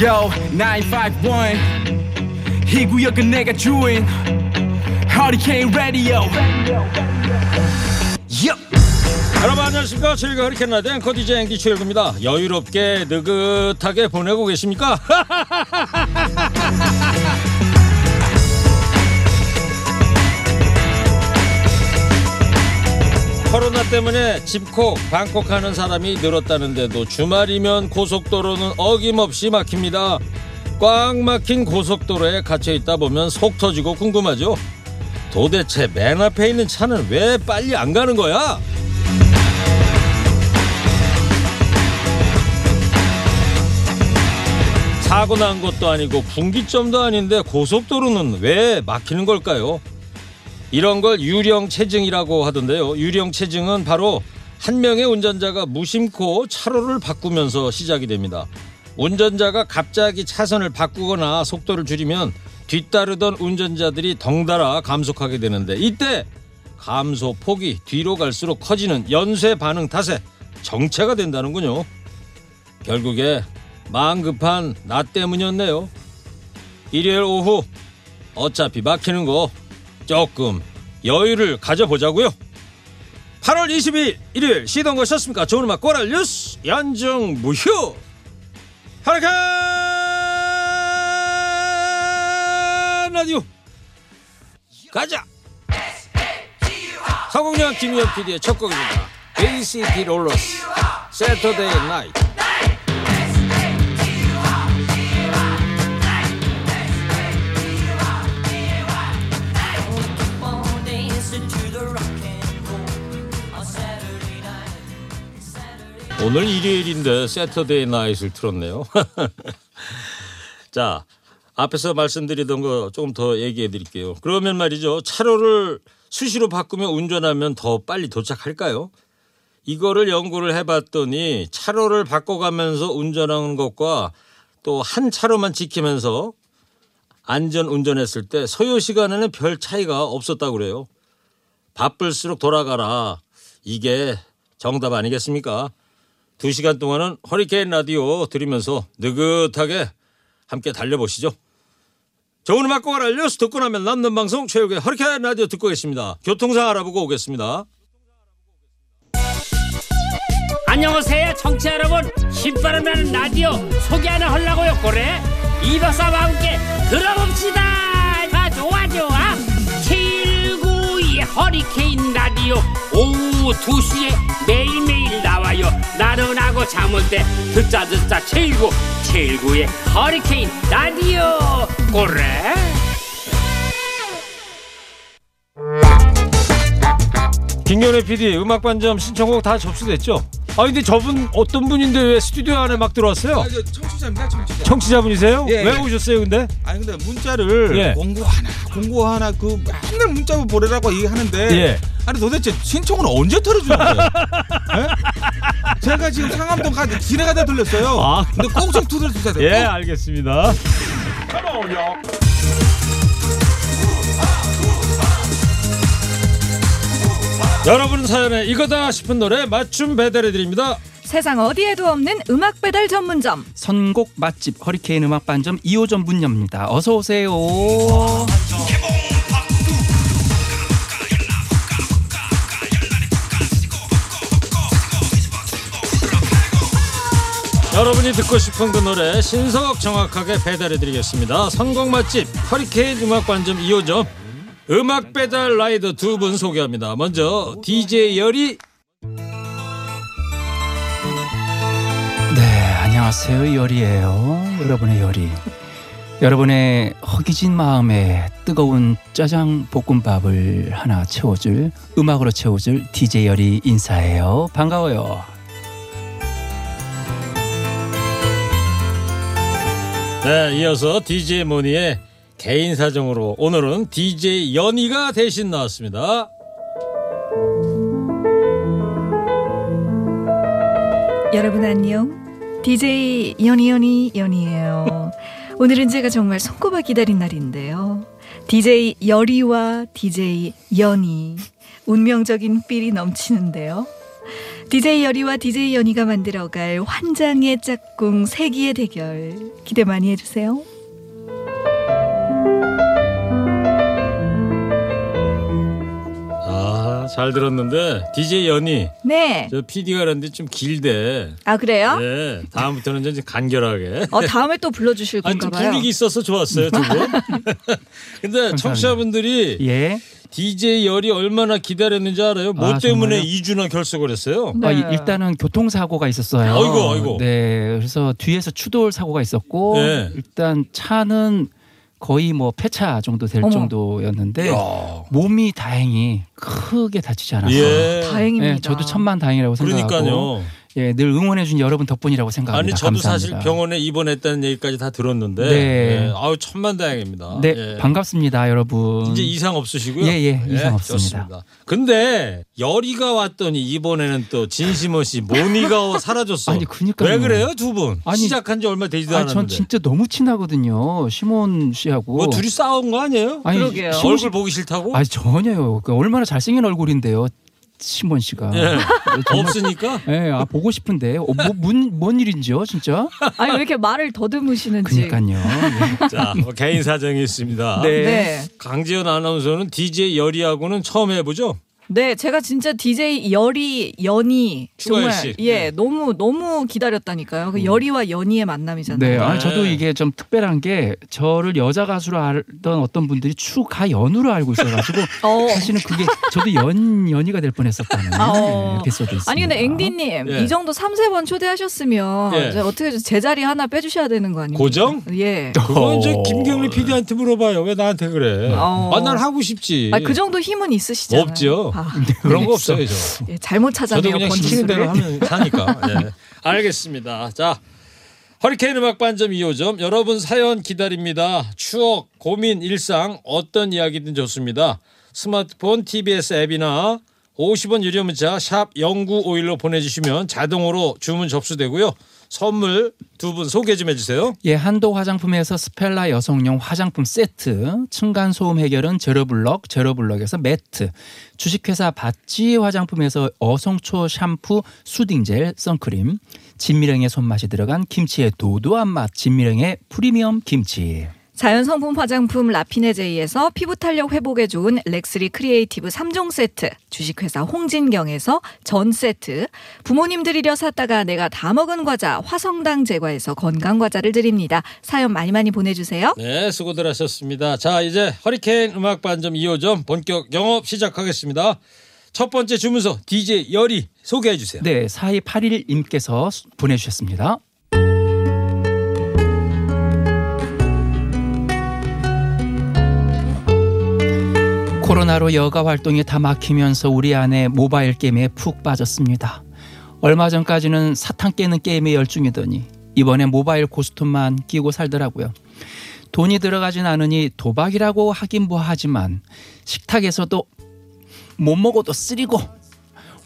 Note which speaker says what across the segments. Speaker 1: Yo, 951. 이 구역은 내가 주인. Hurricane Radio. Yo.
Speaker 2: 여러분 안녕하십니까 저희가 허리케인 라디오 앵커 DJ 앵디 최일구입니다 여유롭게 느긋하게 보내고 계십니까? 코로나 때문에 집콕, 방콕하는 사람이 늘었다는데도 주말이면 고속도로는 어김없이 막힙니다. 꽉 막힌 고속도로에 갇혀 있다 보면 속 터지고 궁금하죠? 도대체 맨 앞에 있는 차는 왜 빨리 안 가는 거야? 사고 난 것도 아니고 분기점도 아닌데 고속도로는 왜 막히는 걸까요? 이런 걸 유령 체증이라고 하던데요. 유령 체증은 바로 한 명의 운전자가 무심코 차로를 바꾸면서 시작이 됩니다. 운전자가 갑자기 차선을 바꾸거나 속도를 줄이면 뒤따르던 운전자들이 덩달아 감속하게 되는데 이때 감소 폭이 뒤로 갈수록 커지는 연쇄 반응 탓에 정체가 된다는군요. 결국에 마음 급한 나 때문이었네요. 일요일 오후 어차피 막히는 거 조금 여유를 가져보자고요. 8월 22일 일요일 시동 거셨습니까? 좋은 음악 꼬랄 뉴스 연중 무휴 하라칸 라디오 가자 성공량 김희연 PD의 첫 곡입니다. ACT 롤러스 Saturday Night
Speaker 3: on dancing to the rock and roll on Saturday night.
Speaker 2: 오늘 일요일인데 세터데이 나잇을 틀었네요. 자, 앞에서 말씀드리던 거 조금 더 얘기해 드릴게요. 그러면 말이죠. 차로를 수시로 바꾸며 운전하면 더 빨리 도착할까요? 이거를 연구를 해봤더니 차로를 바꿔가면서 운전하는 것과 또 한 차로만 지키면서 안전 운전했을 때 소요 시간에는 별 차이가 없었다고 그래요. 바쁠수록 돌아가라. 이게 정답 아니겠습니까? 두 시간 동안은 허리케인 라디오 들으면서 느긋하게 함께 달려보시죠. 좋은 음악 과를 알려서 듣고 나면 남는 방송 최욱의 허리케인 라디오 듣고 계십니다. 교통상 알아보고 오겠습니다.
Speaker 4: 안녕하세요 청취자 여러분 신바람 나는 라디오 소개 하나 하려고요 고래 이박사와 함께 들어봅시다 아 좋아 좋아 792 허리케인 라디오 오후 2시에 매일매일 나와요 나른하고 잠올 때 듣자 듣자 7구 7구의 허리케인 라디오 고래
Speaker 2: 김경래 PD 음악 반점 신청곡 다 접수됐죠? 아 근데 저분 어떤 분인데 왜 스튜디오 안에 막 들어왔어요?
Speaker 5: 아, 저 청취자입니다, 청취자.
Speaker 2: 청취자분이세요?
Speaker 5: 예,
Speaker 2: 왜
Speaker 5: 예.
Speaker 2: 오셨어요 근데?
Speaker 5: 아니 근데 문자를
Speaker 2: 예.
Speaker 5: 공고 하나, 공고 하나 그 맨날 문자로 보내라고 얘기하는데
Speaker 2: 예.
Speaker 5: 아니 도대체 신청은 언제 털어주는 거예요? 예? 제가 지금 상암동 가 길에 가다 들렸어요.
Speaker 2: 아.
Speaker 5: 근데 꼭 좀 두드려 주셔야 돼요.
Speaker 2: 예
Speaker 5: 꼭.
Speaker 2: 알겠습니다. 여러분 사연에 이거다 싶은 노래 맞춤 배달해 드립니다.
Speaker 6: 세상 어디에도 없는 음악 배달 전문점
Speaker 7: 선곡 맛집 허리케인 음악 반점 2호점 문 엽니다. 어서 오세요.
Speaker 2: 여러분이 듣고 싶은 그 노래 신속 정확하게 배달해드리겠습니다. 선곡 맛집 허리케인 음악 관점 2호점 음악 배달 라이더 두 분 소개합니다. 먼저 DJ 열이
Speaker 7: 네, 안녕하세요. 열이에요. 여러분의 열이. 여러분의 허기진 마음에 뜨거운 짜장 볶음밥을 하나 채워줄 음악으로 채워줄 DJ 열이 인사해요. 반가워요.
Speaker 2: 네 이어서 DJ 모니의 개인 사정으로 오늘은 DJ 연이가 대신 나왔습니다.
Speaker 6: 여러분 안녕 DJ 연이연이 연이에요 오늘은 제가 정말 손꼽아 기다린 날인데요 DJ 열이와 DJ 연이 운명적인 삘이 넘치는데요 DJ 여리와 DJ 연희가 만들어갈 환장의 짝꿍 세기의 대결 기대 많이 해주세요.
Speaker 2: 아, 잘 들었는데 DJ 연희
Speaker 6: 네.
Speaker 2: 저 PD가 그랬는데 좀 길대.
Speaker 6: 아 그래요?
Speaker 2: 예, 다음부터는 이제 간결하게.
Speaker 6: 어 다음에 또 불러주실
Speaker 2: 아니
Speaker 6: 건가
Speaker 2: 좀
Speaker 6: 봐요.
Speaker 2: 분위기 있어서 좋았어요 두 분. 근데 청취자분들이
Speaker 7: 예.
Speaker 2: DJ 열이 얼마나 기다렸는지 알아요? 뭐
Speaker 7: 아,
Speaker 2: 때문에
Speaker 7: 정말요?
Speaker 2: 2주나 결석을 했어요?
Speaker 6: 네.
Speaker 7: 아, 이- 일단은 교통사고가 있었어요.
Speaker 2: 아이고, 아이고.
Speaker 7: 네. 그래서 뒤에서 추돌 사고가 있었고
Speaker 2: 네.
Speaker 7: 일단 차는 거의 뭐 폐차 정도 될
Speaker 6: 어머.
Speaker 7: 정도였는데
Speaker 2: 야.
Speaker 7: 몸이 다행히 크게 다치지 않았어요.
Speaker 2: 예.
Speaker 6: 다행입니다.
Speaker 7: 예, 저도 천만 다행이라고 생각하고
Speaker 2: 그러니까요.
Speaker 7: 예, 늘 응원해 준 여러분 덕분이라고 생각합니다.
Speaker 2: 아니 저도
Speaker 7: 감사합니다.
Speaker 2: 사실 병원에 입원했다는 얘기까지 다 들었는데
Speaker 7: 네.
Speaker 2: 예, 아우 천만다행입니다.
Speaker 7: 네,
Speaker 2: 예.
Speaker 7: 반갑습니다, 여러분.
Speaker 2: 이제 이상 없으시고요. 네,
Speaker 7: 예, 예, 이상 없습니다.
Speaker 2: 좋습니다. 근데 열이가 왔더니 이번에는 또 진심원 씨 모니가 사라졌어.
Speaker 7: 아니, 그니까요.
Speaker 2: 왜 그래요 두 분?
Speaker 7: 아니,
Speaker 2: 시작한 지 얼마 되지도
Speaker 7: 아니, 전
Speaker 2: 않았는데.
Speaker 7: 진짜 너무 친하거든요. 시몬 씨하고.
Speaker 2: 뭐 둘이 싸운 거 아니에요?
Speaker 7: 아니,
Speaker 6: 그러게요.
Speaker 7: 시몬 씨-
Speaker 2: 얼굴 보기 싫다고?
Speaker 7: 아니, 전혀요. 그 얼마나 잘생긴 얼굴인데요, 시몬 씨가.
Speaker 2: 예.
Speaker 7: 정말-
Speaker 2: 없으니까.
Speaker 7: 예, 아 보고 싶은데 어, 뭐, 뭔, 뭔 일인지요, 진짜?
Speaker 6: 아니 왜 이렇게 말을 더듬으시는지.
Speaker 7: 그니까요. 예.
Speaker 2: 자, 뭐 개인 사정이 있습니다.
Speaker 7: 네.
Speaker 6: 네.
Speaker 2: 강지연 아나운서는 DJ 열이하고는 처음 해보죠?
Speaker 6: 네, 제가 진짜 DJ 열이 연이
Speaker 2: 추가열
Speaker 6: 정말
Speaker 2: 씨. 네. 음.
Speaker 6: 예 너무 너무 기다렸다니까요. 그 열이와 연이의 만남이잖아요.
Speaker 7: 네,
Speaker 2: 네.
Speaker 7: 아니 저도 이게 좀 특별한 게 저를 여자 가수로 알던 어떤 분들이 추가 연우로 알고 있어가지고
Speaker 6: 어.
Speaker 7: 사실은 그게 저도 연 연이가 될 뻔했었다는
Speaker 6: 아, 어.
Speaker 7: 네, 에피소드 있습니다.
Speaker 6: 아니 근데 앵디님
Speaker 2: 예.
Speaker 6: 이 정도 3세 번 초대하셨으면
Speaker 2: 예.
Speaker 6: 이제 어떻게 좀 제자리 하나 빼주셔야 되는 거 아닙니까?
Speaker 7: 음.
Speaker 2: 고정?
Speaker 6: 예.
Speaker 2: 그건
Speaker 7: 어.
Speaker 2: 이제 김경리 PD한테 물어봐요. 왜 나한테 그래?
Speaker 6: 어.
Speaker 2: 아, 난 하고 싶지.
Speaker 6: 아, 그 정도 힘은 있으시잖아요.
Speaker 2: 없죠.
Speaker 6: 아,
Speaker 2: 그런
Speaker 7: 네.
Speaker 2: 거 없어요, 저.
Speaker 6: 예, 잘못
Speaker 2: 저도
Speaker 6: 찾아내요
Speaker 2: 그냥 시키는 대로
Speaker 6: 번지수를.
Speaker 2: 하면 사니까. 예. 알겠습니다. 자, 허리케인 음악 반점 2호점 여러분 사연 기다립니다. 추억, 고민, 일상 어떤 이야기든 좋습니다. 스마트폰 TBS 앱이나 50원 유료 문자 샵 0951로 보내주시면 자동으로 주문 접수되고요. 선물 두 분 소개 좀 해주세요.
Speaker 7: 예, 한도 화장품에서 스펠라 여성용 화장품 세트, 층간 소음 해결은 제로블럭, 제로블럭에서 매트, 주식회사 바찌 화장품에서 어성초 샴푸, 수딩젤, 선크림, 진미령의 손맛이 들어간 김치의 도도한 맛, 진미령의 프리미엄 김치.
Speaker 6: 자연 성분 화장품 라피네제이에서 피부 탄력 회복에 좋은 렉스리 크리에이티브 3종 세트, 주식회사 홍진경에서 전 세트, 부모님들 이려 샀다가 내가 다 먹은 과자 화성당 제과에서 건강 과자를 드립니다. 사연 많이 많이 보내주세요.
Speaker 2: 네, 수고들 하셨습니다. 자, 이제 허리케인 음악 반점 2호점 본격 영업 시작하겠습니다. 첫 번째 주문서 DJ 열이 소개해 주세요.
Speaker 7: 네, 4281님께서 보내주셨습니다. 코로나로 여가 활동이 다 막히면서 우리 아내 모바일 게임에 푹 빠졌습니다. 얼마 전까지는 사탕 깨는 게임에 열중이더니 이번에 모바일 고스톱만 끼고 살더라고요. 돈이 들어가진 않으니 도박이라고 하긴 뭐하지만 식탁에서도 못 먹어도 쓰리고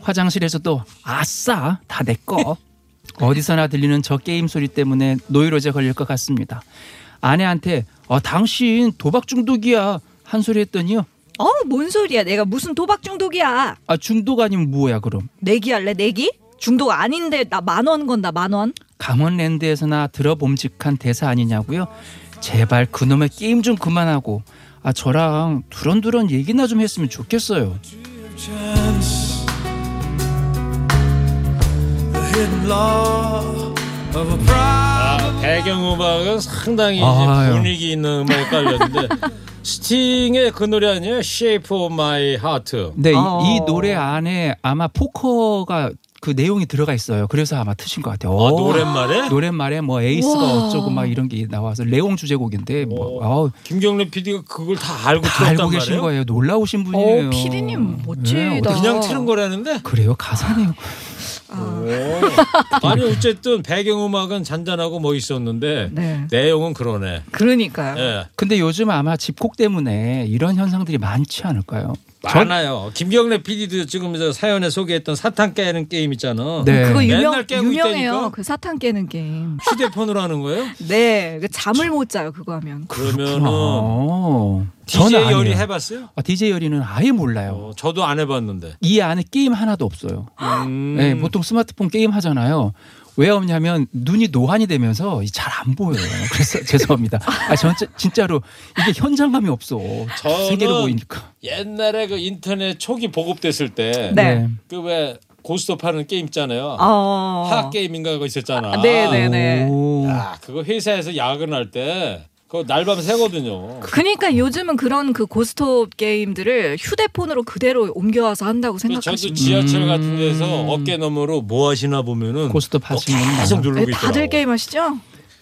Speaker 7: 화장실에서도 아싸 다 내 거. 어디서나 들리는 저 게임 소리 때문에 노이로제 걸릴 것 같습니다. 아내한테 어, 당신 도박 중독이야 한 소리 했더니요.
Speaker 6: 어, 뭔 소리야. 내가 무슨 도박 중독이야.
Speaker 7: 아 중독 아니면 뭐야 그럼?
Speaker 6: 내기할래, 내기? 중독 아닌데 나 만 원 건다, 만 원.
Speaker 7: 강원랜드에서나 들어봄직한 대사 아니냐고요? 제발 그놈의 게임 좀 그만하고 아 저랑 두런두런 얘기나 좀 했으면 좋겠어요.
Speaker 8: chance. The hidden law of a pride.
Speaker 2: 아, 배경음악은 상당히 이제
Speaker 7: 아유.
Speaker 2: 분위기 있는 음악이 깔렸는데 스팅의 그 노래 아니에요? Shape of My Heart.
Speaker 7: 네, 이- 이,
Speaker 6: 어.
Speaker 7: 노래 안에 아마 포커가 그 내용이 들어가 있어요. 그래서 아마 트신 것 같아요.
Speaker 2: 아,
Speaker 7: 오.
Speaker 2: 노랫말에
Speaker 7: 노랫말에 뭐 에이스가
Speaker 6: 우와.
Speaker 7: 어쩌고 막 이런 게 나와서 레옹 주제곡인데 뭐 아우,
Speaker 2: 김경래 PD가 그걸 다 알고
Speaker 7: 다
Speaker 2: 들었단
Speaker 7: 알고 계신
Speaker 2: 말이에요. 네.
Speaker 7: 거예요. 놀라우신 분이에요.
Speaker 6: 어, 피디님 멋지다.
Speaker 7: 예, 어떡-
Speaker 2: 그냥 틀은 거라는데.
Speaker 7: 그래요 가사네요.
Speaker 2: 오. 아니 어쨌든 배경음악은 잔잔하고 뭐 있었는데
Speaker 6: 네.
Speaker 2: 내용은 그러네.
Speaker 7: 아.
Speaker 6: 그러니까요.
Speaker 2: 예.
Speaker 7: 근데 요즘 아마 집콕 때문에 이런 현상들이 많지 않을까요? 전-
Speaker 2: 많아요. 김경래 PD도 지금 저 사연에 소개했던 사탕 깨는 게임 있잖아.
Speaker 7: 네.
Speaker 6: 그거 유명
Speaker 2: 맨날 깨고
Speaker 6: 유명해요.
Speaker 2: 있다니까?
Speaker 6: 그 사탕 깨는 게임.
Speaker 2: 휴대폰으로 하는 거예요?
Speaker 6: 네, 그 잠을 못 자요 그거 하면.
Speaker 2: 그러면은
Speaker 7: 어, 저는
Speaker 2: DJ 열이
Speaker 7: 아니에요.
Speaker 2: 해봤어요?
Speaker 7: 아, DJ 열이는 아예 몰라요.
Speaker 2: 어, 저도 안 해봤는데.
Speaker 7: 이 안에 게임 하나도 없어요.
Speaker 2: 음.
Speaker 7: 네, 보통 스마트폰 게임 하잖아요. 왜 없냐면 눈이 노안이 되면서 잘 안 보여요. 그래서 죄송합니다. 아, 전 진- 진짜로 이게 현장감이 없어.
Speaker 2: 저는-
Speaker 7: 세계로 보이니까.
Speaker 2: 옛날에 그 인터넷 초기 보급됐을 때,
Speaker 6: 네.
Speaker 2: 그 왜 고스톱 하는 게임 있잖아요.
Speaker 6: 어.
Speaker 2: 학 게임인가 그거 있었잖아.
Speaker 6: 네, 네, 네.
Speaker 7: 오.
Speaker 2: 아, 그거 회사에서 야근할 때 그거 날밤 새거든요.
Speaker 6: 그러니까 요즘은 그런 그 고스톱 게임들을 휴대폰으로 그대로 옮겨와서 한다고
Speaker 2: 그래서 저도
Speaker 6: 생각하시면
Speaker 2: 지하철 같은 데서 어깨 너머로 뭐 하시나 보면은
Speaker 7: 음. 고스톱
Speaker 2: 뭐
Speaker 7: 하시는 분들
Speaker 2: 계속 누르고
Speaker 6: 네,
Speaker 2: 있더라고.
Speaker 6: 다들 게임 하시죠?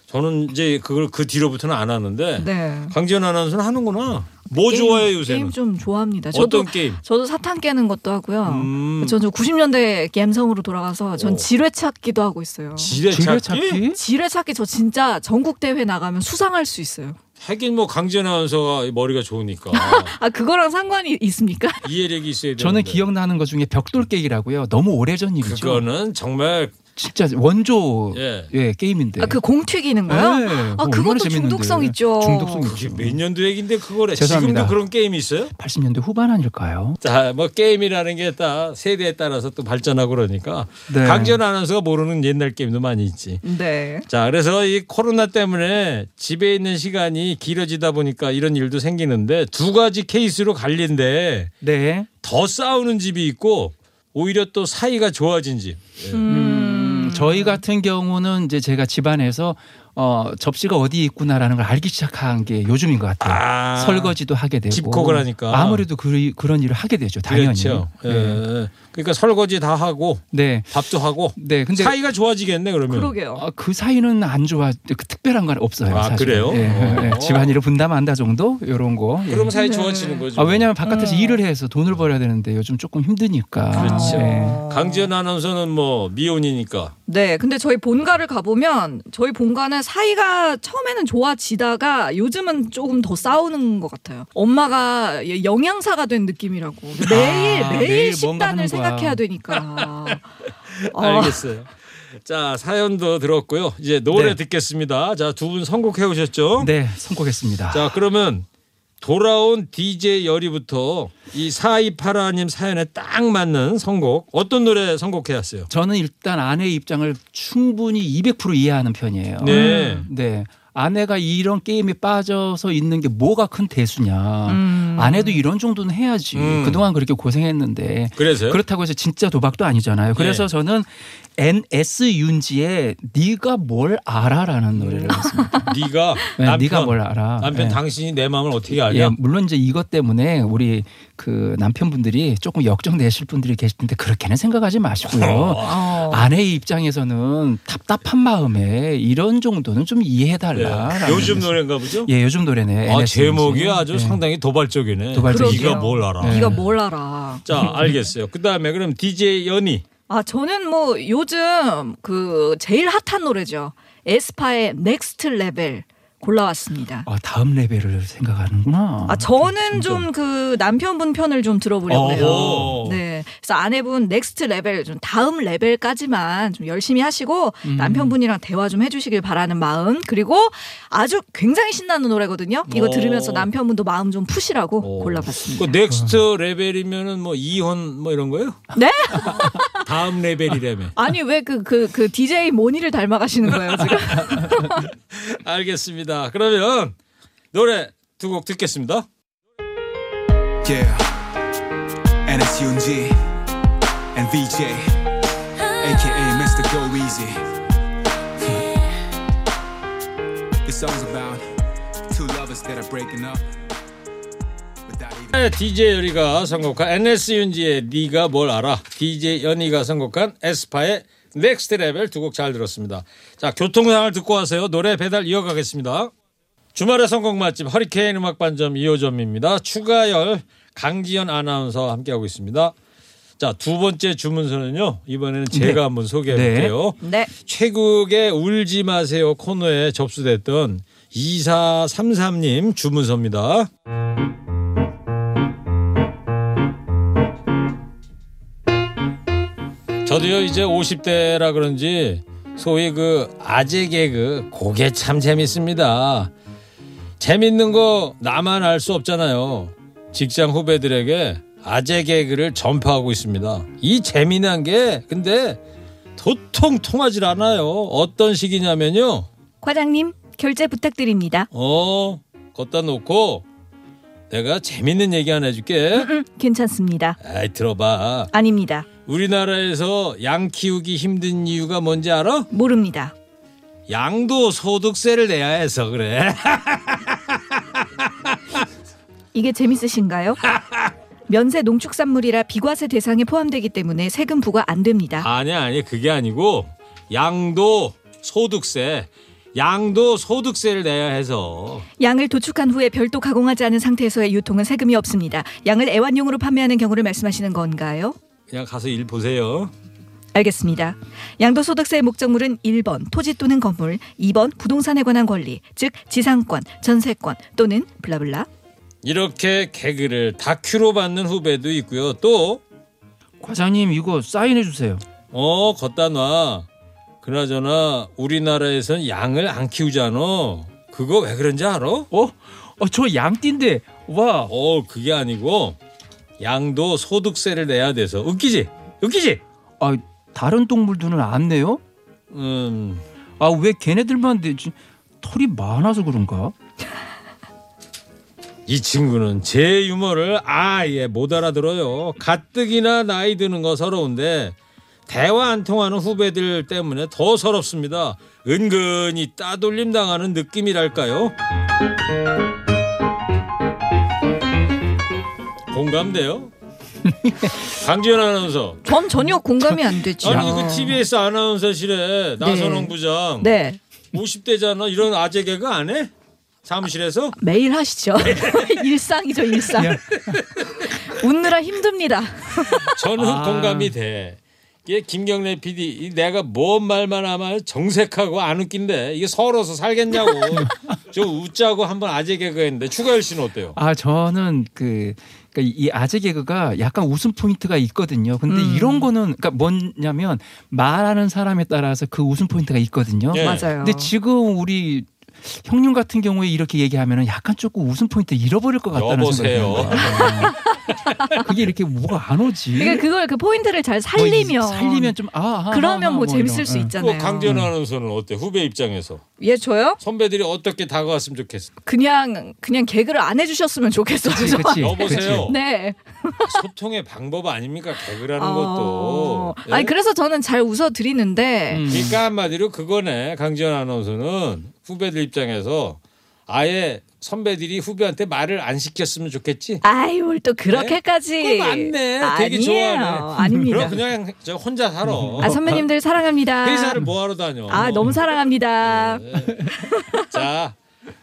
Speaker 2: 저는 이제 그걸 그 뒤로부터는 안 하는데
Speaker 6: 네.
Speaker 2: 강지현 아나운서는 하는구나. 뭐
Speaker 6: 게임-
Speaker 2: 좋아해 요새는?
Speaker 6: 게임 좀 좋아합니다. 저도
Speaker 2: 어떤 게임?
Speaker 6: 저도 사탕 깨는 것도 하고요.
Speaker 2: 음.
Speaker 6: 저는 90년대 감성으로 돌아가서 전
Speaker 2: 오.
Speaker 6: 지뢰 찾기도 하고 있어요.
Speaker 2: 지뢰
Speaker 7: 지뢰
Speaker 2: 찾기?
Speaker 7: 찾기?
Speaker 6: 지뢰 찾기 저 진짜 전국 대회 나가면 수상할 수 있어요.
Speaker 2: 하긴 뭐 강지현 아나운서가 머리가 좋으니까
Speaker 6: 아 그거랑 상관이 있습니까?
Speaker 2: 이해력이 있어야 되는데.
Speaker 7: 저는 기억나는 것 중에 벽돌 깨기라고요. 너무 오래전 일이죠.
Speaker 2: 그거는 정말
Speaker 7: 진짜 원조
Speaker 2: 예.
Speaker 7: 예, 게임인데.
Speaker 6: 아 그 공 튀기는
Speaker 7: 네,
Speaker 6: 거요? 아
Speaker 7: 그거
Speaker 6: 그것도
Speaker 7: 얼마나 재밌는데.
Speaker 6: 중독성 있죠.
Speaker 7: 중독성
Speaker 2: 그게 뭐-
Speaker 7: 있죠.
Speaker 2: 몇 년도 얘긴데 그거래.
Speaker 7: 죄송합니다.
Speaker 2: 지금도 그런 게임이 있어요?
Speaker 7: 80년대 후반 아닐까요?
Speaker 2: 자, 뭐 게임이라는 게 다 세대에 따라서 또 발전하고 그러니까
Speaker 7: 네.
Speaker 2: 강지현 아나운서가 모르는 옛날 게임도 많이 있지.
Speaker 6: 네.
Speaker 2: 자, 그래서 이 코로나 때문에 집에 있는 시간이 길어지다 보니까 이런 일도 생기는데 두 가지 케이스로 갈린데
Speaker 7: 네.
Speaker 2: 더 싸우는 집이 있고 오히려 또 사이가 좋아진 집. 예.
Speaker 7: 음, 저희 같은 경우는 이제 제가 집안에서 어, 접시가 어디 있구나라는 걸 알기 시작한 게 요즘인 것 같아요.
Speaker 2: 아,
Speaker 7: 설거지도 하게 되고
Speaker 2: 집콕을 하니까.
Speaker 7: 아무래도 그, 그런 일을 하게 되죠. 당연히.
Speaker 2: 그렇죠. 예.
Speaker 7: 네.
Speaker 2: 그러니까 설거지 다 하고
Speaker 7: 네.
Speaker 2: 밥도 하고
Speaker 7: 네, 근데
Speaker 2: 사이가 좋아지겠네 그러면.
Speaker 6: 그러게요.
Speaker 7: 어, 그 사이는 안 좋아 그 특별한 건 없어요.
Speaker 2: 아,
Speaker 7: 사실.
Speaker 2: 그래요?
Speaker 7: 예, 예, 예.
Speaker 2: 어.
Speaker 7: 집안일을 분담한다 정도 이런 거. 예.
Speaker 2: 그럼 사이 좋아지는 거죠.
Speaker 7: 아, 왜냐하면 바깥에서 일을 해서 돈을 벌어야 되는데 요즘 조금 힘드니까.
Speaker 2: 그렇죠.
Speaker 7: 예.
Speaker 2: 강지연 아나운서는 뭐 미혼이니까
Speaker 6: 네, 근데 저희 본가를 가보면 저희 본가는 사이가 처음에는 좋아지다가 요즘은 조금 더 싸우는 것 같아요. 엄마가 예, 영양사가 된 느낌이라고 매일
Speaker 7: 아,
Speaker 6: 매일,
Speaker 7: 매일
Speaker 6: 식단을
Speaker 7: 뭔가 하는 거야.
Speaker 6: 생각해야 되니까. 아, 어,
Speaker 2: 알겠어요. 자 사연도 들었고요. 이제 노래
Speaker 7: 네.
Speaker 2: 듣겠습니다. 자 두 분 선곡해 오셨죠?
Speaker 7: 네, 선곡했습니다.
Speaker 2: 자 그러면 돌아온 DJ 열이부터 이 사이파라님 사연에 딱 맞는 선곡 어떤 노래 선곡해 왔어요?
Speaker 7: 저는 일단 아내의 입장을 충분히 200% 이해하는 편이에요.
Speaker 2: 네.
Speaker 7: 네. 아내가 이런 게임에 빠져서 있는 게 뭐가 큰 대수냐. 아내도 이런 정도는 해야지.
Speaker 2: 음.
Speaker 7: 그동안 그렇게 고생했는데.
Speaker 2: 그래서요?
Speaker 7: 그렇다고 해서 진짜 도박도 아니잖아요. 그래서
Speaker 2: 네.
Speaker 7: 저는 NS 윤지의 네가 뭘 알아라는 노래를 했습니다.
Speaker 2: 네가
Speaker 7: 네,
Speaker 2: 음. 남편
Speaker 7: 네가 뭘 알아.
Speaker 2: 남편
Speaker 7: 네.
Speaker 2: 당신이 내 마음을 어떻게
Speaker 7: 예,
Speaker 2: 알냐?
Speaker 7: 물론 이제 이것 때문에 우리 그 남편분들이 조금 역정내실 분들이 계실 텐데 그렇게는 생각하지 마시고요.
Speaker 2: 어.
Speaker 7: 아내의 입장에서는 답답한 마음에 이런 정도는 좀
Speaker 2: 네.
Speaker 7: 이해해달라.
Speaker 2: 요즘 노래인가 보죠?
Speaker 7: 예, 요즘 노래네요.
Speaker 2: 아
Speaker 7: NS.
Speaker 2: 제목이 아주
Speaker 7: 예.
Speaker 2: 상당히 도발적이네.
Speaker 7: 도발적이죠.
Speaker 2: 네가 뭘 알아?
Speaker 7: 네.
Speaker 6: 네가 뭘 알아?
Speaker 2: 자 알겠어요. 그 다음에 그럼 DJ 연이
Speaker 6: 아 저는 뭐 요즘 그 제일 핫한 노래죠. 에스파의 넥스트 레벨 골라왔습니다.
Speaker 7: 아, 다음 레벨을 생각하는구나.
Speaker 6: 아 저는 좀 그 남편분 편을 좀 들어보려고 해요.
Speaker 2: 어허.
Speaker 6: 네. 그래서 아내분 넥스트 레벨 좀 다음 레벨까지만 좀 열심히 하시고 남편분이랑 대화 좀 해주시길 바라는 마음 그리고 아주 굉장히 신나는 노래거든요. 이거
Speaker 2: 오.
Speaker 6: 들으면서 남편분도 마음 좀 푸시라고
Speaker 2: 오. 그
Speaker 6: 골라봤습니다.
Speaker 2: 넥스트 레벨이면은 뭐 이혼 뭐 이런 거예요?
Speaker 6: 네?
Speaker 2: 다음 레벨이라며.
Speaker 6: 아니 왜 그 그 그 DJ 모니를 닮아가시는 거예요 지금?
Speaker 2: 알겠습니다. 그러면 노래 두 곡 듣겠습니다.
Speaker 8: Yeah. And it's Yoonji and VJ, aka Mr. Go Easy. this song's about two lovers that are breaking up without even.
Speaker 2: DJ 네, 열이가 선곡한 NS 윤지의 네가 뭘 알아. DJ 연이가 선곡한 에스파의 넥스트 레벨 두 곡 잘 들었습니다. 자 교통 상황을 듣고 와서요 노래 배달 이어가겠습니다. 주말의 선곡 맛집 허리케인 음악 반점 2호점입니다. 추가열 강지연 아나운서와 함께하고 있습니다. 자 두 번째 주문서는요 이번에는 제가
Speaker 7: 네.
Speaker 2: 한번 소개해
Speaker 7: 네.
Speaker 2: 볼게요.
Speaker 6: 네.
Speaker 2: 최국의 울지 마세요 코너에 접수됐던 2433님 주문서입니다. 저도요 이제 50대라 그런지 소위 그 아재 개그 그게 참 재밌습니다. 재밌는 거 나만 알 수 없잖아요. 직장 후배들에게 아재 개그를 전파하고 있습니다. 이 재미난 게 근데 도통 통하질 않아요. 어떤 식이냐면요.
Speaker 6: 과장님, 결제 부탁드립니다.
Speaker 2: 어 걷다 놓고 내가 재밌는 얘기 하나 해줄게.
Speaker 6: 괜찮습니다.
Speaker 2: 아이 들어봐.
Speaker 6: 아닙니다.
Speaker 2: 우리나라에서 양 키우기 힘든 이유가 뭔지 알아?
Speaker 6: 모릅니다.
Speaker 2: 양도 소득세를 내야 해서 그래.
Speaker 6: 이게 재밌으신가요? 면세 농축산물이라 비과세 대상에 포함되기 때문에 세금 부과 안 됩니다.
Speaker 2: 아니 아니 그게 아니고 양도 소득세 양도 소득세를 내야 해서
Speaker 6: 양을 도축한 후에 별도 가공하지 않은 상태에서의 유통은 세금이 없습니다. 양을 애완용으로 판매하는 경우를 말씀하시는 건가요?
Speaker 2: 그냥 가서 일 보세요.
Speaker 6: 알겠습니다. 양도소득세의 목적물은 1번 토지 또는 건물, 2번 부동산에 관한 권리, 즉 지상권, 전세권 또는 블라블라.
Speaker 2: 이렇게 개그를 다큐로 받는 후배도 있고요. 또
Speaker 7: 과장님 이거 사인해 주세요.
Speaker 2: 어, 걷다 놔. 그나저나 우리나라에선 양을 안 키우잖아. 그거 왜 그런지 알아?
Speaker 7: 어? 어, 저 양띠인데 와
Speaker 2: 어, 그게 아니고 양도 소득세를 내야 돼서 웃기지? 웃기지?
Speaker 7: 아, 다른 동물들은 안 내요?
Speaker 2: 음,
Speaker 7: 아 왜 걔네들만 내지? 털이 많아서 그런가?
Speaker 2: 이 친구는 제 유머를 아예 못 알아들어요. 가뜩이나 나이 드는 거 서러운데 대화 안 통하는 후배들 때문에 더 서럽습니다. 은근히 따돌림 당하는 느낌이랄까요? 공감돼요? 강지현 아나운서.
Speaker 6: 전 전혀 공감이 안 되죠.
Speaker 2: 아니 그 이거 TBS 아나운서실에 나선홍
Speaker 6: 네.
Speaker 2: 부장
Speaker 6: 네.
Speaker 2: 50대잖아 이런 아재 개그 안 해? 사무실에서?
Speaker 6: 매일 하시죠. 일상이죠,
Speaker 2: 네.
Speaker 6: 일상. 웃느라 힘듭니다.
Speaker 2: 저는
Speaker 7: 아.
Speaker 2: 공감이 돼. 이게 김경래 PD 이 내가 뭔 말만 하면 정색하고 안 웃긴데 이게 서러서 살겠냐고 저 웃자고 한번 아재 개그했는데 추가열 씨는 어때요?
Speaker 7: 아 저는 그. 그러니까 이 아재 개그가 약간 웃음 포인트가 있거든요. 근데
Speaker 2: 음.
Speaker 7: 이런 거는 그러니까 뭐냐면 말하는 사람에 따라서 그 웃음 포인트가 있거든요.
Speaker 2: 예.
Speaker 6: 맞아요.
Speaker 7: 근데 지금 우리 형님 같은 경우에 이렇게 얘기하면 약간 조금 웃음 포인트 잃어버릴 것 같다는
Speaker 2: 여보세요.
Speaker 7: 생각이 들어요. 아, 그게 이렇게 뭐가 안 오지?
Speaker 6: 그러니까 그걸 그 포인트를 잘 살리면
Speaker 7: 음? 뭐 이- 살리면 좀 아, 아,
Speaker 6: 그러면 뭐
Speaker 7: 아, 이런.
Speaker 6: 재밌을 수
Speaker 7: 예.
Speaker 6: 있잖아요. 음.
Speaker 2: 뭐 강재현 아나운서는 어때 후배 입장에서
Speaker 6: 예, 저요?
Speaker 2: 선배들이 어떻게 다가왔으면 좋겠어?
Speaker 6: 그냥 그냥 개그를 안 해주셨으면 좋겠어요.
Speaker 7: 그치,
Speaker 6: 저는.
Speaker 7: 그치.
Speaker 2: 여보세요.
Speaker 6: 예, 네.
Speaker 2: 소통의 방법 아닙니까 개그라는
Speaker 6: 어.
Speaker 2: 것도. 예?
Speaker 6: 아니 그래서 저는 잘 웃어 드리는데
Speaker 7: 음.
Speaker 2: 그러니까 한마디로 그거네 강지현 아나운서는 후배들 입장에서 아예 선배들이 후배한테 말을 안 시켰으면 좋겠지.
Speaker 6: 아이 뭘 또 그렇게까지
Speaker 2: 그거 맞네. 되게
Speaker 6: 아니에요.
Speaker 2: 좋아하네.
Speaker 6: 아닙니다.
Speaker 2: 그럼 그냥 저 혼자 살아.
Speaker 6: 아 선배님들 사랑합니다.
Speaker 2: 회사를 뭐하러 네, 다녀?
Speaker 6: 아 너무 사랑합니다.
Speaker 2: 자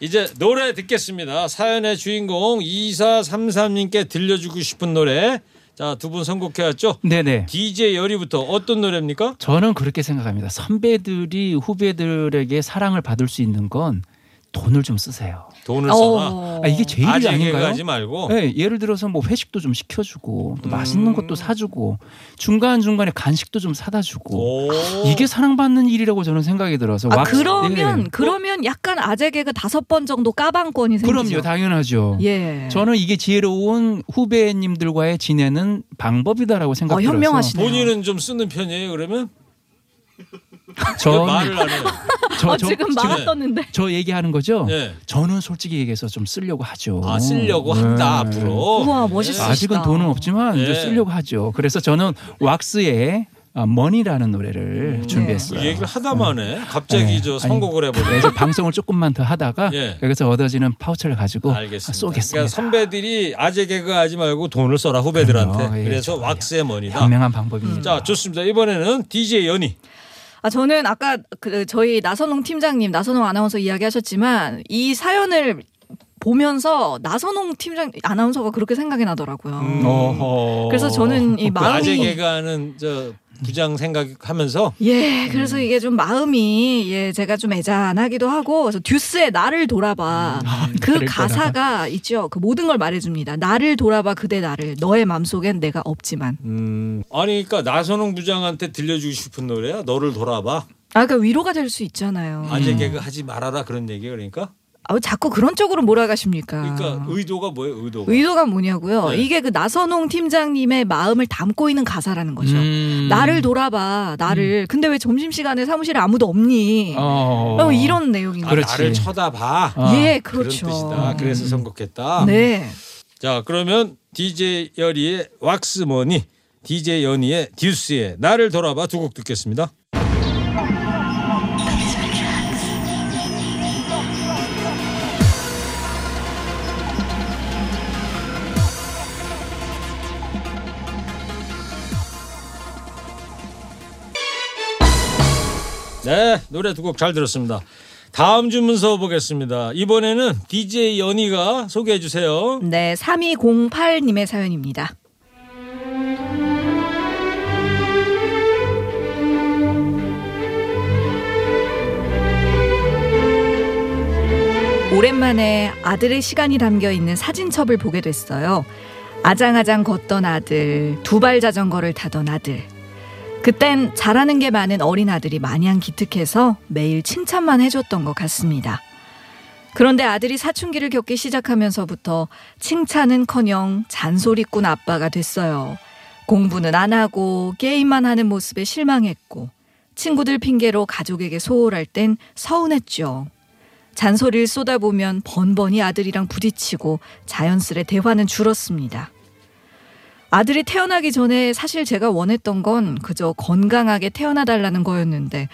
Speaker 2: 이제 노래 듣겠습니다. 사연의 주인공 2433님께 들려주고 싶은 노래. 자 두 분 선곡해왔죠?
Speaker 7: 네네.
Speaker 2: DJ 열이부터 어떤 노래입니까?
Speaker 7: 저는 그렇게 생각합니다. 선배들이 후배들에게 사랑을 받을 수 있는 건 돈을 좀 쓰세요.
Speaker 2: 돈을 써라.
Speaker 6: 어. 네.
Speaker 7: 아, 이게 제일이
Speaker 2: 아직
Speaker 7: 아닌가요?
Speaker 2: 얘기하지 말고
Speaker 7: 예, 예를 들어서 뭐 회식도 좀 시켜주고
Speaker 2: 음.
Speaker 7: 또 맛있는 것도 사주고 중간 중간에 간식도 좀 사다 주고
Speaker 2: 오.
Speaker 7: 이게 사랑받는 일이라고 저는 생각이 들어서
Speaker 6: 아
Speaker 7: 왁스-
Speaker 6: 그러면
Speaker 7: 예.
Speaker 6: 그러면 약간 아재 개그 다섯 번 정도 까방권이 생기죠.
Speaker 7: 그럼요 당연하죠.
Speaker 6: 예.
Speaker 7: 저는 이게 지혜로운 후배님들과의 지내는 방법이다라고
Speaker 6: 어,
Speaker 7: 생각해서
Speaker 6: 현명하시네요.
Speaker 2: 본인은 좀 쓰는 편이에요 그러면? 왜
Speaker 7: 저,
Speaker 2: 그 말을 안 해요?
Speaker 7: 저,
Speaker 6: 어,
Speaker 7: 저,
Speaker 6: 지금
Speaker 7: 저,
Speaker 6: 마음 떴는데.
Speaker 7: 저 얘기하는 거죠.
Speaker 2: 예.
Speaker 7: 저는 솔직히 얘기해서 좀 쓰려고 하죠.
Speaker 2: 아 쓰려고 한다
Speaker 7: 네.
Speaker 2: 앞으로.
Speaker 6: 우와, 멋있어.
Speaker 7: 아직은 돈은 없지만
Speaker 2: 예.
Speaker 7: 이제 쓰려고 하죠. 그래서 저는 왁스의 아, 머니라는
Speaker 6: 음.
Speaker 7: 노래를
Speaker 6: 예.
Speaker 7: 준비했어요.
Speaker 2: 그 얘기를 하다만 해. 갑자기
Speaker 7: 네.
Speaker 2: 저
Speaker 7: 아니,
Speaker 2: 선곡을 해보네.
Speaker 7: 그래서 방송을 조금만 더 하다가
Speaker 2: 예.
Speaker 7: 여기서 얻어지는 파우치를 가지고 아,
Speaker 2: 알겠습니다.
Speaker 7: 쏘겠습니다.
Speaker 2: 그러니까 선배들이 아재 개그하지 말고 돈을 써라 후배들한테.
Speaker 7: 그럼요. 예,
Speaker 2: 그래서
Speaker 7: 좋아요.
Speaker 2: 왁스의 머니다.
Speaker 7: 현명한 방법입니다.
Speaker 2: 자 좋습니다. 이번에는 DJ 연희.
Speaker 6: 아 저는 아까 그 저희 나선홍 팀장님, 나선홍 아나운서 이야기하셨지만 이 사연을 보면서 나선홍 팀장 아나운서가 그렇게 생각이 나더라고요.
Speaker 7: 어허.
Speaker 6: 그래서 저는 이
Speaker 2: 그 아재
Speaker 6: 마음이
Speaker 2: 개그하는 저 부장 생각하면서
Speaker 6: 예, 그래서 이게 좀 마음이 예 제가 좀 애잔하기도 하고 그래서 듀스의 나를 돌아봐 그
Speaker 7: 나를
Speaker 6: 가사가 있죠. 그 모든 걸 말해줍니다. 나를 돌아봐 그대 나를 너의 맘 속엔 내가 없지만
Speaker 2: 음, 아니 그러니까 나선홍 부장한테 들려주고 싶은 노래야. 너를 돌아봐.
Speaker 6: 아 그러니까 위로가 될 수 있잖아요.
Speaker 2: 아재 개그 하지 말아라 그런 얘기 그러니까.
Speaker 6: 아, 자꾸 그런 쪽으로 몰아가십니까?
Speaker 2: 그러니까 의도가 뭐예요? 의도가.
Speaker 6: 의도가 뭐냐고요?
Speaker 2: 네.
Speaker 6: 이게 그 나선홍 팀장님의 마음을 담고 있는 가사라는 거죠.
Speaker 7: 음.
Speaker 6: 나를 돌아봐, 나를.
Speaker 2: 음.
Speaker 6: 근데 왜 점심시간에 사무실에 아무도 없니?
Speaker 7: 어.
Speaker 6: 어, 이런 내용인
Speaker 2: 아,
Speaker 6: 거죠.
Speaker 7: 그렇지.
Speaker 2: 나를 쳐다봐.
Speaker 7: 아,
Speaker 6: 예,
Speaker 2: 그런
Speaker 6: 그렇죠.
Speaker 2: 뜻이다. 그래서 선곡했다.
Speaker 6: 네.
Speaker 2: 자 그러면 DJ 열이의 왁스머니, DJ 연이의 듀스의 나를 돌아봐 두 곡 듣겠습니다. 네 노래 두 곡 잘 들었습니다. 다음 주 문서 보겠습니다. 이번에는 DJ 연이가 소개해 주세요.
Speaker 6: 네, 3208님의 사연입니다. 오랜만에 아들의 시간이 담겨 있는 사진첩을 보게 됐어요. 아장아장 걷던 아들, 두 발 자전거를 타던 아들. 그땐 잘하는 게 많은 어린 아들이 마냥 기특해서 매일 칭찬만 해줬던 것 같습니다. 그런데 아들이 사춘기를 겪기 시작하면서부터 칭찬은커녕 잔소리꾼 아빠가 됐어요. 공부는 안 하고 게임만 하는 모습에 실망했고 친구들 핑계로 가족에게 소홀할 땐 서운했죠. 잔소리를 쏟아보면 번번이 아들이랑 부딪히고 자연스레 대화는 줄었습니다. 아들이 태어나기 전에 사실 제가 원했던 건 그저 건강하게 태어나달라는 거였는데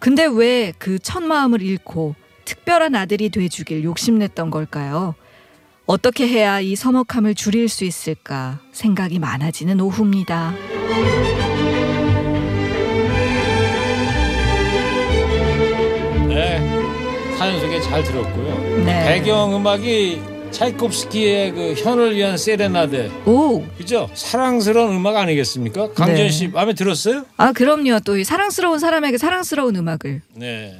Speaker 6: 근데 왜 그 첫 마음을 잃고 특별한 아들이 돼주길 욕심냈던 걸까요? 어떻게 해야 이 서먹함을 줄일 수 있을까 생각이 많아지는 오후입니다.
Speaker 2: 네, 사연 소개 잘 들었고요.
Speaker 6: 네.
Speaker 2: 배경 음악이 차이콥스키의 그 현을 위한 세레나데,
Speaker 6: 오,
Speaker 2: 그죠? 사랑스러운 음악 아니겠습니까? 강준
Speaker 6: 네.
Speaker 2: 씨 마음에 들었어요?
Speaker 6: 아 그럼요. 또 이 사랑스러운 사람에게 사랑스러운 음악을
Speaker 2: 네.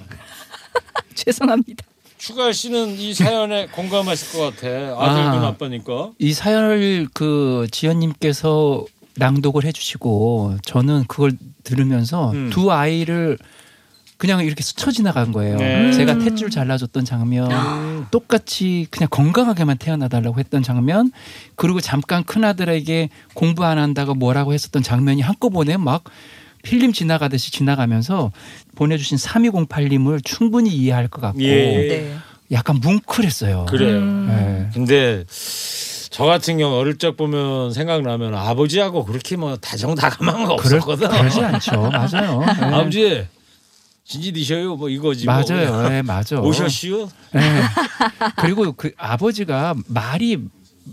Speaker 6: 죄송합니다.
Speaker 2: 추가 씨는 이 사연에 공감하실 것 같아. 아들분
Speaker 7: 아.
Speaker 2: 아. 빠니까
Speaker 7: 이 사연을 그 지연님께서 낭독을 해주시고 저는 그걸 들으면서
Speaker 2: 음.
Speaker 7: 두 아이를 그냥 이렇게 스쳐 지나간 거예요.
Speaker 2: 네. 음.
Speaker 7: 제가
Speaker 6: 음.
Speaker 7: 탯줄 잘라줬던 장면, 똑같이 그냥 건강하게만 태어나달라고 했던 장면, 그리고 잠깐 큰 아들에게 공부 안 한다고 뭐라고 했었던 장면이 한꺼번에 막 필름 지나가듯이 지나가면서 보내주신 3208님을 충분히 이해할 것 같고
Speaker 2: 예.
Speaker 6: 네.
Speaker 7: 약간 뭉클했어요.
Speaker 2: 그래요.
Speaker 6: 음.
Speaker 7: 예.
Speaker 2: 근데 저 같은 경우 어릴 적 보면 생각나면 아버지하고 그렇게 뭐 다정다감한 거
Speaker 7: 그럴,
Speaker 2: 없었거든.
Speaker 7: 그러지 않죠. 맞아요. 예.
Speaker 2: 아버지 진지 드셔요 뭐 이거지. 뭐.
Speaker 7: 맞아요. 예, 맞아.
Speaker 2: 오셨시요?
Speaker 7: 예. 그리고 그 아버지가 말이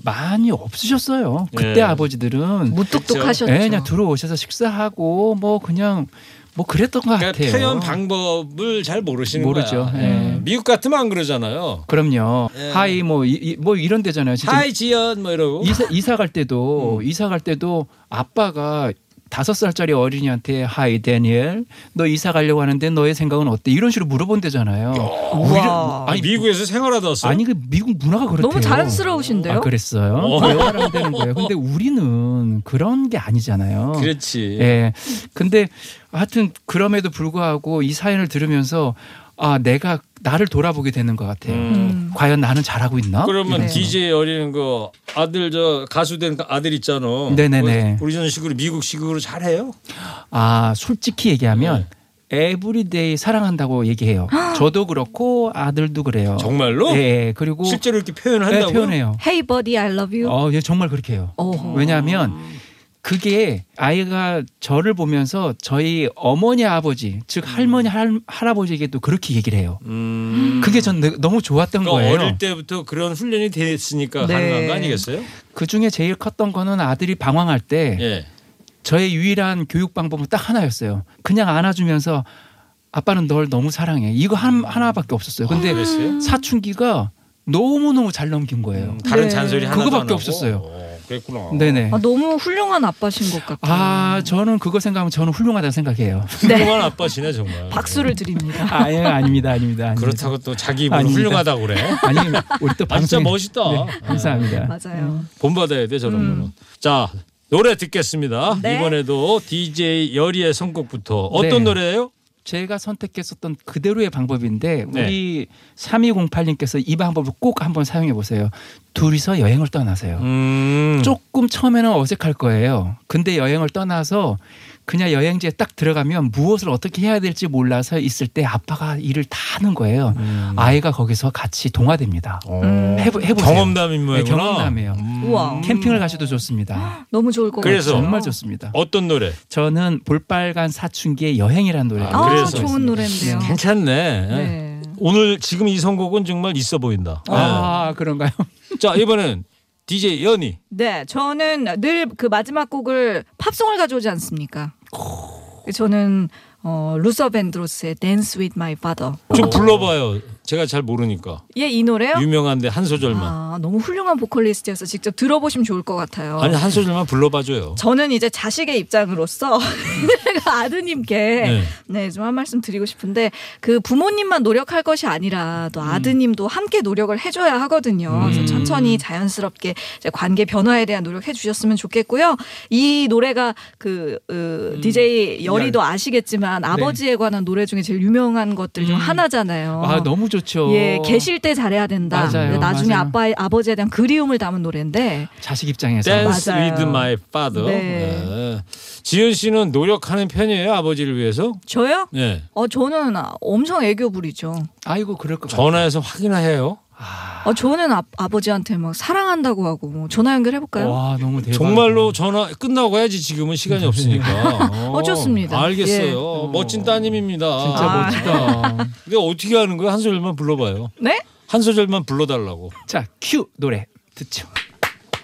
Speaker 7: 많이 없으셨어요. 그때
Speaker 2: 예.
Speaker 7: 아버지들은
Speaker 6: 무뚝뚝하셨죠.
Speaker 7: 예, 그냥 들어오셔서 식사하고 뭐 그냥 뭐 그랬던 것
Speaker 2: 그러니까
Speaker 7: 같아요.
Speaker 2: 표현 방법을 잘 모르시는
Speaker 7: 모르죠.
Speaker 2: 거야.
Speaker 7: 예.
Speaker 2: 미국 같으면 안 그러잖아요.
Speaker 7: 그럼요.
Speaker 2: 예.
Speaker 7: 하이 뭐, 이, 이- 뭐 이런 데잖아요. 진짜
Speaker 2: 하이 음. 지연 뭐 이러고.
Speaker 7: 이사, 이사 갈 때도 이사 갈 때도 아빠가 다섯 살짜리 어린이한테 하이 데니엘 너 이사 가려고 하는데 너의 생각은 어때 이런 식으로 물어본대잖아요. 우리-
Speaker 6: 와.
Speaker 7: 아니
Speaker 2: 미국에서 생활하다 왔어요.
Speaker 7: 아니 그 미국 문화가 그렇대요.
Speaker 6: 너무 자랑스러우신데요?
Speaker 7: 아 그랬어요.
Speaker 2: 어.
Speaker 7: 대화를 되는 거예요. 근데 우리는 그런 게 아니잖아요.
Speaker 2: 그렇지.
Speaker 7: 예. 근데 하여튼 그럼에도 불구하고 이 사연을 들으면서 아 내가 나를 돌아보게 되는 것 같아요.
Speaker 6: 음.
Speaker 7: 과연 나는 잘하고 있나?
Speaker 2: 그러면
Speaker 6: 네.
Speaker 2: DJ 어리는 거 아들 저 가수 된그 아들 있잖아.
Speaker 7: 네네네.
Speaker 2: 뭐 우리전식으로 미국식으로 잘해요.
Speaker 7: 아 솔직히 얘기하면
Speaker 2: 네.
Speaker 7: 에브리데이 사랑한다고 얘기해요. 저도 그렇고 아들도 그래요.
Speaker 2: 정말로?
Speaker 7: 예. 그리고
Speaker 2: 실제로 이렇게
Speaker 7: 예,
Speaker 2: 표현한다고.
Speaker 7: 표현해요.
Speaker 6: Hey buddy, I love you.
Speaker 7: 어, 예, 정말 그렇게 해요.
Speaker 6: 어허.
Speaker 7: 왜냐하면 그게 아이가 저를 보면서 저희 어머니 아버지 즉 할머니 할, 할아버지에게도 그렇게 얘기를 해요.
Speaker 2: 음.
Speaker 7: 그게 전 너- 너무 좋았던
Speaker 2: 그러니까
Speaker 7: 거예요.
Speaker 2: 어릴 때부터 그런 훈련이 됐으니까
Speaker 6: 네.
Speaker 2: 가능한 거 아니겠어요?
Speaker 7: 그 중에 제일 컸던 거는 아들이 방황할 때
Speaker 2: 예.
Speaker 7: 저의 유일한 교육 방법은 딱 하나였어요. 그냥 안아주면서 아빠는 널 너무 사랑해. 이거 한, 하나밖에 없었어요.
Speaker 2: 음.
Speaker 7: 근데
Speaker 2: 아, 그랬어요?
Speaker 7: 사춘기가 너무 너무 잘 넘긴 거예요.
Speaker 2: 음, 다른
Speaker 6: 네.
Speaker 2: 잔소리 하나도
Speaker 7: 그거밖에
Speaker 2: 안 하고.
Speaker 7: 없었어요.
Speaker 2: 어, 그랬구나.
Speaker 7: 네네.
Speaker 6: 아, 너무 훌륭한 아빠신 것 같아요.
Speaker 7: 아 저는 그거 생각하면 저는 훌륭하다고 생각해요.
Speaker 2: 훌륭한 아빠시네 정말.
Speaker 6: 박수를 드립니다.
Speaker 7: 아예 아닙니다, 아닙니다. 아닙니다.
Speaker 2: 그렇다고 또 자기 입으로
Speaker 7: 아닙니다.
Speaker 2: 훌륭하다고 그래.
Speaker 7: 그렇죠. 아니 우리 또
Speaker 2: 아 진짜
Speaker 7: 방송
Speaker 2: 멋있다.
Speaker 7: 감사합니다.
Speaker 6: 맞아요.
Speaker 2: 본받아야 돼 저런
Speaker 7: 음.
Speaker 2: 거는. 자 노래 듣겠습니다.
Speaker 6: 네.
Speaker 2: 이번에도 DJ 열이의 선곡부터 어떤
Speaker 7: 네.
Speaker 2: 노래예요?
Speaker 7: 제가 선택했었던 그대로의 방법인데
Speaker 2: 네.
Speaker 7: 우리 3208님께서 이 방법을 꼭 한번 사용해 보세요. 둘이서 여행을 떠나세요.
Speaker 2: 음.
Speaker 7: 조금 처음에는 어색할 거예요. 근데 여행을 떠나서 그냥 여행지에 딱 들어가면 무엇을 어떻게 해야 될지 몰라서 있을 때 아빠가 일을 다 하는 거예요. 아이가 거기서 같이 동화됩니다. 해보, 해보세요.
Speaker 2: 경험담인
Speaker 7: 네,
Speaker 2: 모양이구나.
Speaker 7: 경험담이에요.
Speaker 6: 우와.
Speaker 7: 캠핑을 가셔도 좋습니다.
Speaker 6: 너무 좋을 것
Speaker 2: 그래서
Speaker 6: 같아요.
Speaker 7: 정말 좋습니다.
Speaker 2: 어떤 노래?
Speaker 7: 저는 볼빨간 사춘기의 여행이라는 노래가
Speaker 2: 아,
Speaker 6: 아,
Speaker 2: 그래서.
Speaker 6: 좋은 노래인데요.
Speaker 2: 괜찮네.
Speaker 6: 네.
Speaker 2: 오늘 지금 이 선곡은 정말 있어 보인다.
Speaker 7: 아 그런가요?
Speaker 2: 네. 자 이번엔 DJ 연이
Speaker 6: 네, 저는 늘 그 마지막 곡을 팝송을 가져오지 않습니까? 저는 어, 루서 밴드로스의 Dance with My Father.
Speaker 7: 어.
Speaker 2: 좀 불러봐요. 제가 잘 모르니까
Speaker 6: 예, 이 노래요?
Speaker 2: 유명한데 한 소절만.
Speaker 6: 아, 너무 훌륭한 보컬리스트여서 직접 들어보시면 좋을 것 같아요.
Speaker 2: 아니 한 소절만 불러봐줘요.
Speaker 6: 저는 이제 자식의 입장으로서
Speaker 7: 음.
Speaker 6: 제가 아드님께
Speaker 2: 네.
Speaker 6: 네 좀 한 말씀 드리고 싶은데 그 부모님만 노력할 것이 아니라
Speaker 7: 음.
Speaker 6: 또 아드님도 함께 노력을 해줘야 하거든요. 그래서 천천히 자연스럽게 이제 관계 변화에 대한 노력해 주셨으면 좋겠고요. 이 노래가 그
Speaker 7: 음.
Speaker 6: 어, DJ 열이도
Speaker 7: 네.
Speaker 6: 아시겠지만 아버지에 관한 노래 중에 제일 유명한 것들 중 하나잖아요.
Speaker 7: 음. 아 너무 좋죠.
Speaker 6: 예, 계실 때 잘해야 된다.
Speaker 7: 맞아요,
Speaker 6: 나중에
Speaker 7: 맞아요.
Speaker 6: 아빠 아버지에 대한 그리움을 담은 노래인데
Speaker 7: 자식 입장에서
Speaker 2: 댄스
Speaker 6: 맞아요.
Speaker 2: 위드 마이 파더.
Speaker 6: 네.
Speaker 2: 지은 씨는 노력하는 편이에요 아버지를 위해서.
Speaker 6: 저요?
Speaker 2: 네.
Speaker 6: 어 저는 아, 엄청 애교 부리죠.
Speaker 7: 아이고 그럴 것 같아요.
Speaker 2: 전화해서 확인해요.
Speaker 6: 어 저는 아, 아버지한테 막 사랑한다고 하고 뭐 전화 연결해
Speaker 2: 어.
Speaker 6: 볼까요?
Speaker 7: 와 너무 대박.
Speaker 2: 정말로 전화 끝나고 해야지 지금은 시간이 없으니까. 어,
Speaker 6: 좋습니다. 예.
Speaker 2: 알겠어요. 멋진 따님입니다.
Speaker 7: 진짜
Speaker 6: 아.
Speaker 7: 멋지다.
Speaker 2: 이게 어떻게 하는 거야? 한 소절만 불러봐요.
Speaker 6: 네?
Speaker 2: 한 소절만 불러달라고.
Speaker 7: 자 큐 노래 듣죠.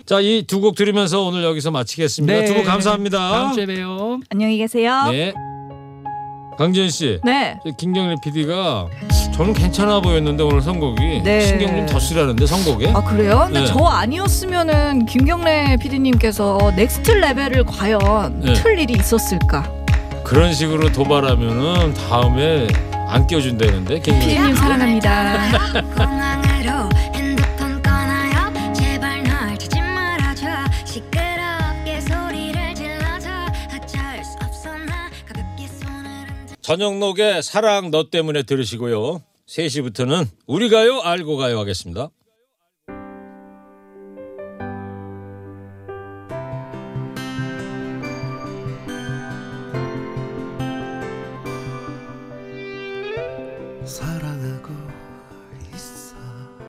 Speaker 2: 자, 이 두 곡 들으면서 오늘 여기서 마치겠습니다.
Speaker 6: 네.
Speaker 2: 두 곡 감사합니다.
Speaker 7: 다음 주에 봬요.
Speaker 6: 안녕히 계세요.
Speaker 2: 네. 강지현 씨.
Speaker 6: 네.
Speaker 2: 저 김경래 PD가 저는 괜찮아 보였는데 오늘 선곡이
Speaker 6: 네.
Speaker 2: 신경 좀 더 쓰라는데 선곡에
Speaker 6: 아 그래요? 근데
Speaker 2: 네.
Speaker 6: 저 아니었으면은 김경래 PD님께서 넥스트 레벨을 과연
Speaker 2: 네.
Speaker 6: 틀 일이 있었을까?
Speaker 2: 그런 식으로 도발하면은 다음에 안 껴준다는데 김경래
Speaker 6: PD님 사랑합니다.
Speaker 9: 공항으로 핸드폰 꺼놔요 제발 널 찾지 말아줘 시끄럽게 소리를 질러줘 어쩔 수 없어 나 가볍게 손을 흔들
Speaker 2: 저녁록의 사랑 너 때문에 들으시고요. 3시부터는 우리 가요 알고 가요 하겠습니다.